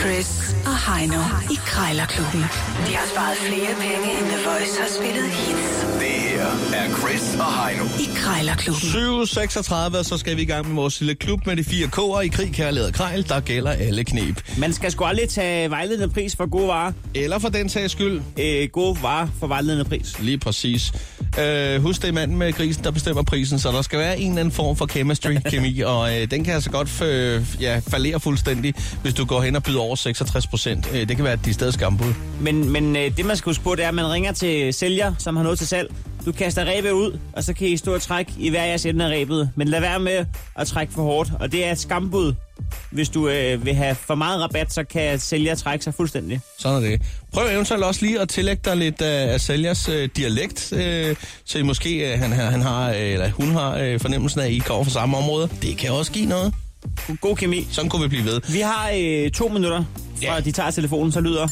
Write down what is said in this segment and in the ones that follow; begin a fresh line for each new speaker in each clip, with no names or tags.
Chris og Heino i Krejlerklubben. De har sparet flere penge, end The Voice har spillet hits
Det her er Chris og Heino.
i Krejlerklubben.
7.36, og så skal vi i gang med vores lille klub med de fire K'er i krig, kærlighed og krejl. Der gælder alle knep.
Man skal sgu aldrig tage vejledende pris for gode varer.
Eller for den sags skyld,
Øh, gode varer for vejledende pris.
lige præcis. Øh, husk, det er manden med grisen, der bestemmer prisen, så der skal være en eller anden form for chemistry, kemi, og øh, den kan altså godt øh, ja, faldere fuldstændig, hvis du går hen og byder over 66 procent. Øh, det kan være, at de stadig skambud.
Men, men øh, det, man skal huske på, det er, at man ringer til sælger, som har noget til salg. Du kaster rebet ud, og så kan I stå og trække i hver jeres ende af rebet. Men lad være med at trække for hårdt, og det er et skambud. Hvis du øh, vil have for meget rabat, så kan sælger trække sig fuldstændig.
Sådan er det. Prøv eventuelt også lige at tillægge dig lidt af, af sælgers øh, dialekt, øh, så I måske øh, han, har- han har, øh, eller hun har øh, fornemmelsen af, at I kommer fra samme område. Det kan også give noget.
God kemi.
Sådan kunne vi blive ved.
Vi har øh, to minutter,
Ja.
fra de tager telefonen, så lyder...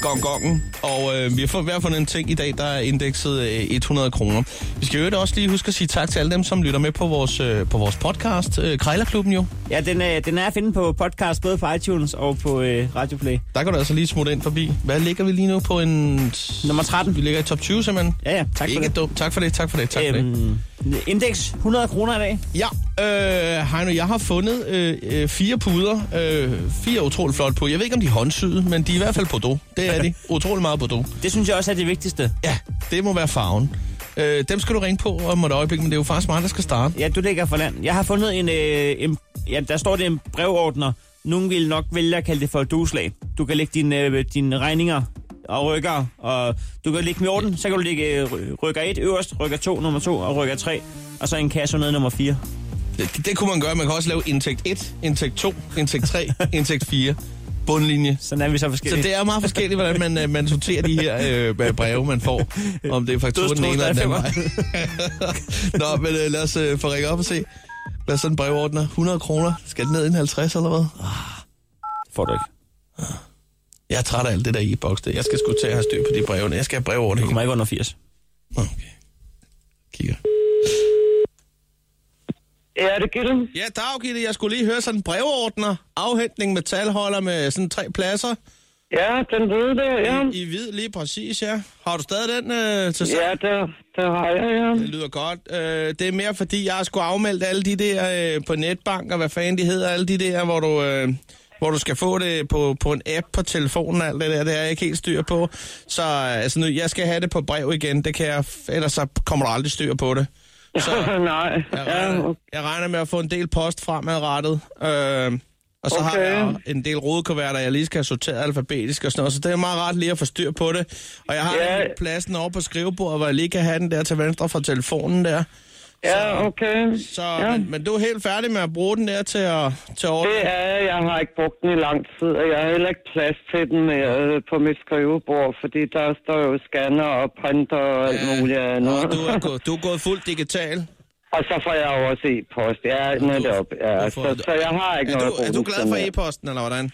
Gong gongen. Og øh, vi har fået hver fundet en ting i dag, der er indekset øh, 100 kroner. Vi skal jo også lige huske at sige tak til alle dem, som lytter med på vores, øh, på vores podcast, øh, Krejlerklubben jo.
Ja, den, øh, den er at finde på podcast, både på iTunes og på øh, Radio Play.
Der kan du altså lige smutte ind forbi. Hvad ligger vi lige nu på en...
Nummer 13.
Vi ligger i top 20 simpelthen.
Ja, ja, tak for
Ikke
det.
dumt. Tak for det, tak for det, tak for det.
Øhm, indeks 100 kroner i dag.
Ja, øh, Heino, jeg har fundet øh, øh, fire puder. Øh, fire utroligt flot på. Jeg ved ikke, om de er håndsyede, men de er i hvert fald Bordeaux. Det er de. Utrolig meget Bordeaux.
Det synes jeg også er det vigtigste.
Ja, det må være farven. Øh, dem skal du ringe på om et øjeblik, men det er jo faktisk mig, der skal starte.
Ja, du ligger for land. Jeg har fundet en, øh, en ja, der står det en brevordner. Nogen vil nok vælge at kalde det for et dueslag. Du kan lægge dine, øh, dine regninger og rykker, og du kan lægge dem i orden, så kan du lægge øh, ry- rykker 1 øverst, rykker 2 nummer 2 og rykker 3, og så en kasse ned nummer 4.
Det, det kunne man gøre. Man kan også lave indtægt 1, indtægt 2, indtægt 3, indtægt 4. Bundlinje.
Sådan er vi så
Så
forskellige.
det er meget forskelligt, hvordan man, øh, man sorterer de her øh, breve, man får. Om det er fakturen den ene eller den anden vej. Nå, men øh, lad os øh, få ringet op og se. Hvad er sådan en brevordner? 100 kroner? Skal den ned i en 50 eller hvad?
Får du ikke.
Jeg er træt af alt det der e-boks. der. Jeg skal sgu til at have styr på de brevene. Jeg skal have brevordning.
Du kommer ikke under 80.
Okay. Kigger.
Ja, det gælder.
Ja, dag, Gitte. Jeg skulle lige høre sådan en brevordner. Afhentning med talholder med sådan tre pladser.
Ja, den ved der, ja.
I hvid, lige præcis, ja. Har du stadig den øh, til salg?
Ja, der, der har jeg, ja.
Det lyder godt. Øh, det er mere, fordi jeg har sgu afmeldt alle de der øh, på netbank, og hvad fanden de hedder, alle de der, hvor du, øh, hvor du skal få det på, på en app på telefonen og alt det der. Det er jeg ikke helt styr på. Så øh, altså, nu, jeg skal have det på brev igen, det kan jeg, f- ellers så kommer du aldrig styr på det. Så,
Nej,
Jeg
ja,
regner, jeg regner med at få en del post fremadrettet. Øh, og så okay. har
Okay.
jeg en del rodekuverter, jeg lige skal have sorteret alfabetisk og sådan noget. Så det er meget rart lige at få styr på det. Og jeg har
Ja.
ja. pladsen over på skrivebordet, hvor jeg lige kan have den der til venstre fra telefonen der.
ja, okay.
Så, ja.
ja.
men, men du er helt færdig med at bruge den der til at, til at
Det
ordne.
er, jeg har ikke brugt den i lang tid, og jeg har heller ikke plads til den øh, på mit skrivebord, fordi der står jo scanner og printer og alt muligt andet.
Og du er, gået, du er gået fuldt digital.
Og så får jeg jo også e-post. Ja, netop. Ja.
du får-
Så, så jeg har ikke
Er
noget at
du,
bruge
er du
den
glad
til
for
mere.
e-posten, eller hvordan?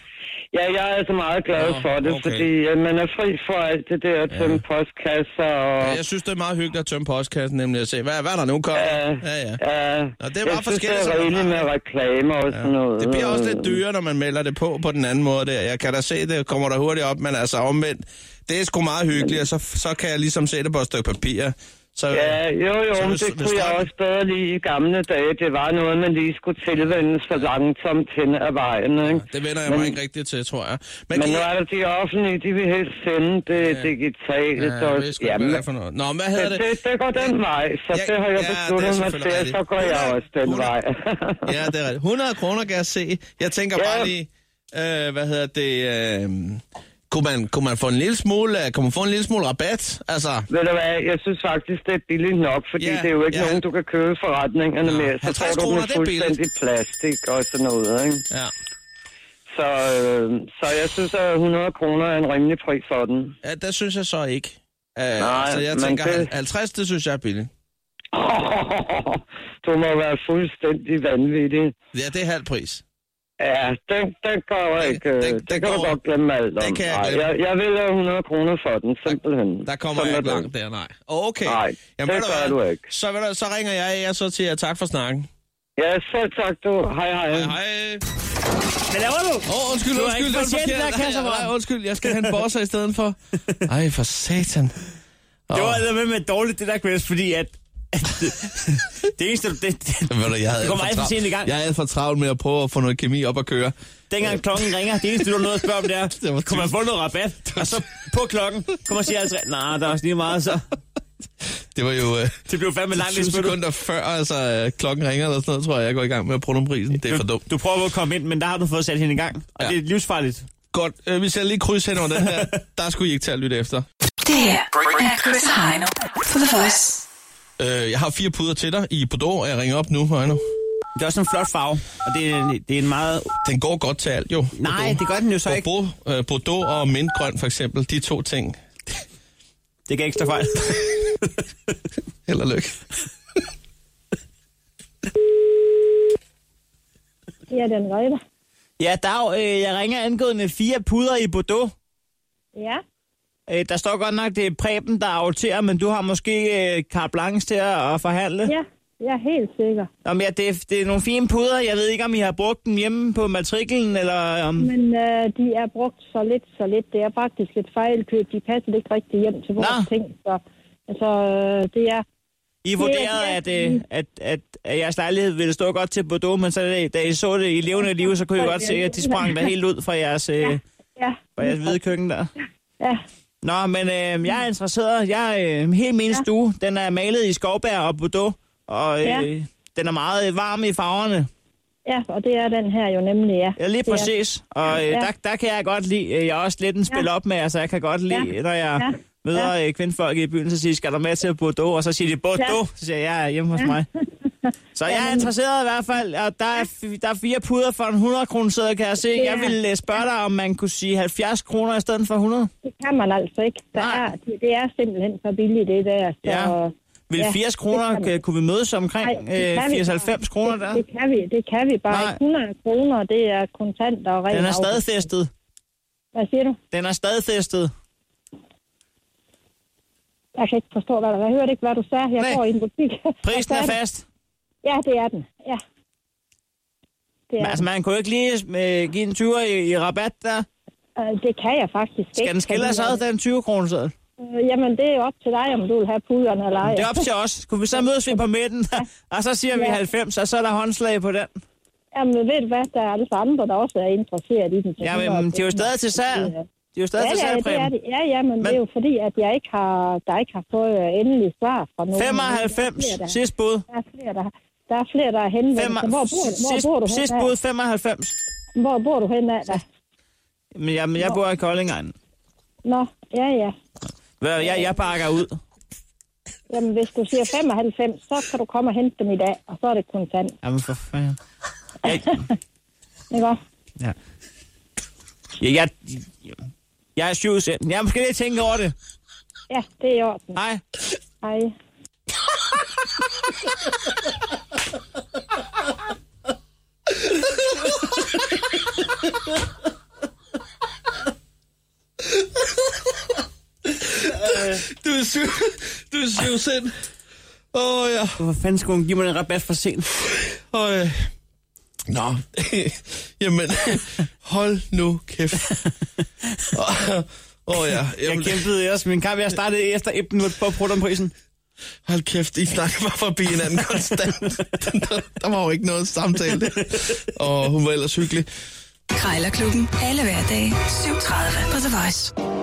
Ja, jeg er altså meget glad
Nå,
for
okay.
det, okay. fordi øh, man er fri for alt det der at tømme postkasser og...
Ja, jeg synes, det er meget hyggeligt at tømme postkassen, nemlig at se, hvad, hvad er der nu kommer?
Ja,
ja, ja.
ja.
Nå, det er
jeg
bare
synes,
forskelligt,
det
som
er
man
rigeligt med
har.
reklamer og sådan noget. øh,
Det bliver også lidt dyrere, når man melder det på på den anden måde. Der. Jeg kan da se, det kommer der hurtigt op, men altså omvendt. Det er sgu meget hyggeligt, og så, så kan jeg ligesom se det på et stykke papir. Så,
Ja, jo, jo,
Så
men
hvis-
det
hvis
kunne jeg
strømmen-
også bedre lige i gamle dage. Det var noget, man lige skulle tilvende så langsomt hen ad vejen, ikke?
Det vender jeg mig ikke rigtig til, tror jeg. Men,
Men
men
nu er der de offentlige, de vil helst sende det digitale.
ja, jeg ved sgu ikke, hvad det er for noget. Nå, hvad hedder
det,
det?
det, det går den vej, så
Ja,
det har jeg
ja,
besluttet
det er
mig til,
selvfølgelig
så går jeg
rigtigt.
også den
100.
vej.
Ja, det er rigtigt. 100 kroner kan jeg se. Jeg tænker
Ja.
bare lige, øh, hvad hedder det... Øh, kunne man, kunne man få en lille smule, øh, kunne man få en lille smule rabat? Altså,
Ved du hvad, jeg synes faktisk, det er billigt nok, fordi
Ja,
det er jo ikke
ja.
nogen, du kan købe i forretningerne
Nå,
mere. Så
50
får du
kroner,
med
det er
fuldstændig plastik og sådan noget, ikke?
ja.
Så, øh, så jeg synes, at 100 kroner er en rimelig pris for den.
ja, det synes jeg så ikke. Uh,
Nej,
så jeg
men
tænker,
det-
50, det synes jeg er billigt.
Du må være fuldstændig vanvittig.
Ja, det er halv pris.
Ja, den, den går ikke. øh,
den-
Den,
den
det kan du
går-
godt glemme alt om.
den kan jeg
Nej,
glemme.
jeg, jeg vil have 100 kroner for den, simpelthen.
Der kommer
Sådan
jeg
er
ikke
det.
langt der, nej. Okay.
Nej,
ved
det gør
hvad?
du ikke.
Så, ved du, så ringer jeg jer så til jer. Tak for snakken.
Ja, selv tak du. Hej, hej.
Hej, hej.
Hvad laver du?
Åh, oh, undskyld,
Du har
undskyld.
ikke
det var
fortjent
forkert.
den her kasse,
nej,
Morten.
nej, undskyld, jeg skal have en bosser i stedet for. Ej, for satan. Oh.
Det var altså med, med dårligt, det der quiz, fordi at... at det, det eneste, det, det,
Ved du, jeg havde
Det kommer
alt
alt for sent i gang.
Jeg havde alt for travlt med at prøve at få noget kemi op at køre.
dengang klokken ringer, det eneste, du har noget at spørge om, det er,
Det var
kunne man få noget rabat? Og så på klokken, kunne man sige altså, nej, der er også lige meget, så
Det var jo øh,
det blev fandme langt.
20
indspil.
sekunder før, altså øh, klokken ringer eller sådan noget, tror jeg, jeg går i gang med at prøve prisen. Det er for dumt.
Du, du prøver at komme ind, men der har du fået sat hende i gang, og
Ja.
ja. det er livsfarligt.
Godt, øh, vi ser lige kryds hen over den her. Der skulle I ikke til at lytte efter.
Det her er Chris Heino på The Voice.
Øh, jeg har fire puder til dig i Bordeaux, og jeg ringer op nu, Højno.
Det er også en flot farve, og det er, det er en meget...
Den går godt til alt, jo.
Nej, det gør den jo så ikke.
Bordeaux, øh, Bordeaux og mintgrøn for eksempel, de to ting.
Det kan ikke stå fejl.
Held og lykke.
Ja, den røde.
Ja, Dag, øh, jeg ringer angående fire puder i Bordeaux.
Ja,
Øh, der står godt nok, det er Preben, der afterer, men du har måske øh, carte blanche til at, at forhandle.
ja, jeg er helt sikker.
Nå, men ja, det, er- det er nogle fine puder. Jeg ved ikke, om I har brugt dem hjemme på matriklen, eller om...
Men øh, de er brugt så lidt, så lidt. Det er faktisk et fejlkøb. De passer ikke rigtig hjem til vores
Nå.
ting. Så altså, øh, det er...
I vurderede, at, øh, at, at, at jeres lejlighed ville stå godt til Bordeaux, men så da, da I så det i levende liv, så kunne I godt se, at de sprang der helt ud fra jeres, øh,
Ja,
fra jeres hvide køkken der.
ja,
Nå, men øh, jeg er interesseret. Jeg er øh, helt min stue. Den er malet i skovbær og Bordeaux, og øh,
Ja.
den er meget varm i farverne.
ja, og det er den her jo nemlig, ja.
Ja, lige
Det er-
præcis. Og øh,
Ja.
der, der kan jeg godt lide, øh, jeg er også lidt en spil op med, altså jeg kan godt lide,
Ja.
når jeg
Ja.
møder øh, kvindefolk i byen, så siger de, skal du med til Bordeaux? Og så siger de, Bordeaux? Så siger jeg, jeg er hjemme hos mig. Så jeg er interesseret i hvert fald, og der er, f- der er fire puder for en 100 kroner sæde, kan jeg se. Jeg
Ja.
vil øh, spørge dig, om man kunne sige 70 kroner i stedet for 100.
Det kan man altså ikke. Der
Nej.
er, det, det er simpelthen for billigt, det der. Så,
Ja. Vil
Ja,
80
det kan
kroner,
man.
øh, kunne vi mødes
Nej,
omkring
det
øh,
kan vi ikke.
80-90 kroner der?
Det kan vi, det kan vi bare
Nej.
ikke. 100 kroner, det er kontant og rent
Den er
afgift.
stadfæstet.
Hvad siger du?
Den er stadfæstet.
Jeg kan ikke forstå, hvad du... Jeg hørte ikke, hvad du sagde. Jeg
Nej.
går i en butik.
Prisen
Hvad
er
sagde du?
fast.
Ja, det er den. Ja. Det,
Men,
er
altså, man kunne ikke lige øh, give en 20 i, i rabat der?
den. Øh, det kan jeg faktisk ikke.
Skal den skille
fordi,
sig ad, den 20 kroner seddel?
øh, Jamen, det er jo op til dig, om du vil have puderne eller ej.
Det er op til os. Kunne vi så mødes vi på midten, og så siger vi
Ja.
90, og så er der håndslag på den.
Jamen, ved du hvad? Der er altså andre, der også er interesseret i den. Så
Jamen, det er jo stadig til salg. Det er jo stadig
Ja,
til
ja,
salg,
det er
Preben.
det. Ja, ja, men, men, det er jo fordi, at jeg ikke har, der ikke har fået øh, endelig svar fra nogen. Der er
95,
flere,
sidst bud.
der, der, er flere, der, der er flere, der er henvendt.
Fem,
sig. Hvor bor, hvor
sidst,
bor du
sidst
hen
bud 95.
af? Hvor bor du hen af? da?
Men jeg, men jeg bor i Koldingegnen.
Nå, ja, ja.
Hvad, Jeg, jeg bakker ud.
Jamen, hvis du siger 95, så kan du komme og hente dem i dag, og så er det kontant.
Jamen, for fanden. Jeg,
Ikke også?
ja. jeg, jeg, jeg er syv cent. Jeg måske lige tænke over det.
Ja, det er i orden.
Hej.
Hej.
Du er syv, du er syv sind. Åh, oh, ja.
Hvorfor fanden skulle hun give mig en rabat for sent?
Og, øh, nå, jamen, hold nu kæft. Åh oh, ja,
Jeg
jamen,
kæmpede også min kamp. Jeg startede efter Ibn Wood på prisen.
hold kæft, I snakker bare forbi hinanden konstant. der, der var jo ikke noget samtale. Og hun var ellers hyggelig.
Krejlerklubben. Alle hverdage. 7.30 på The Voice.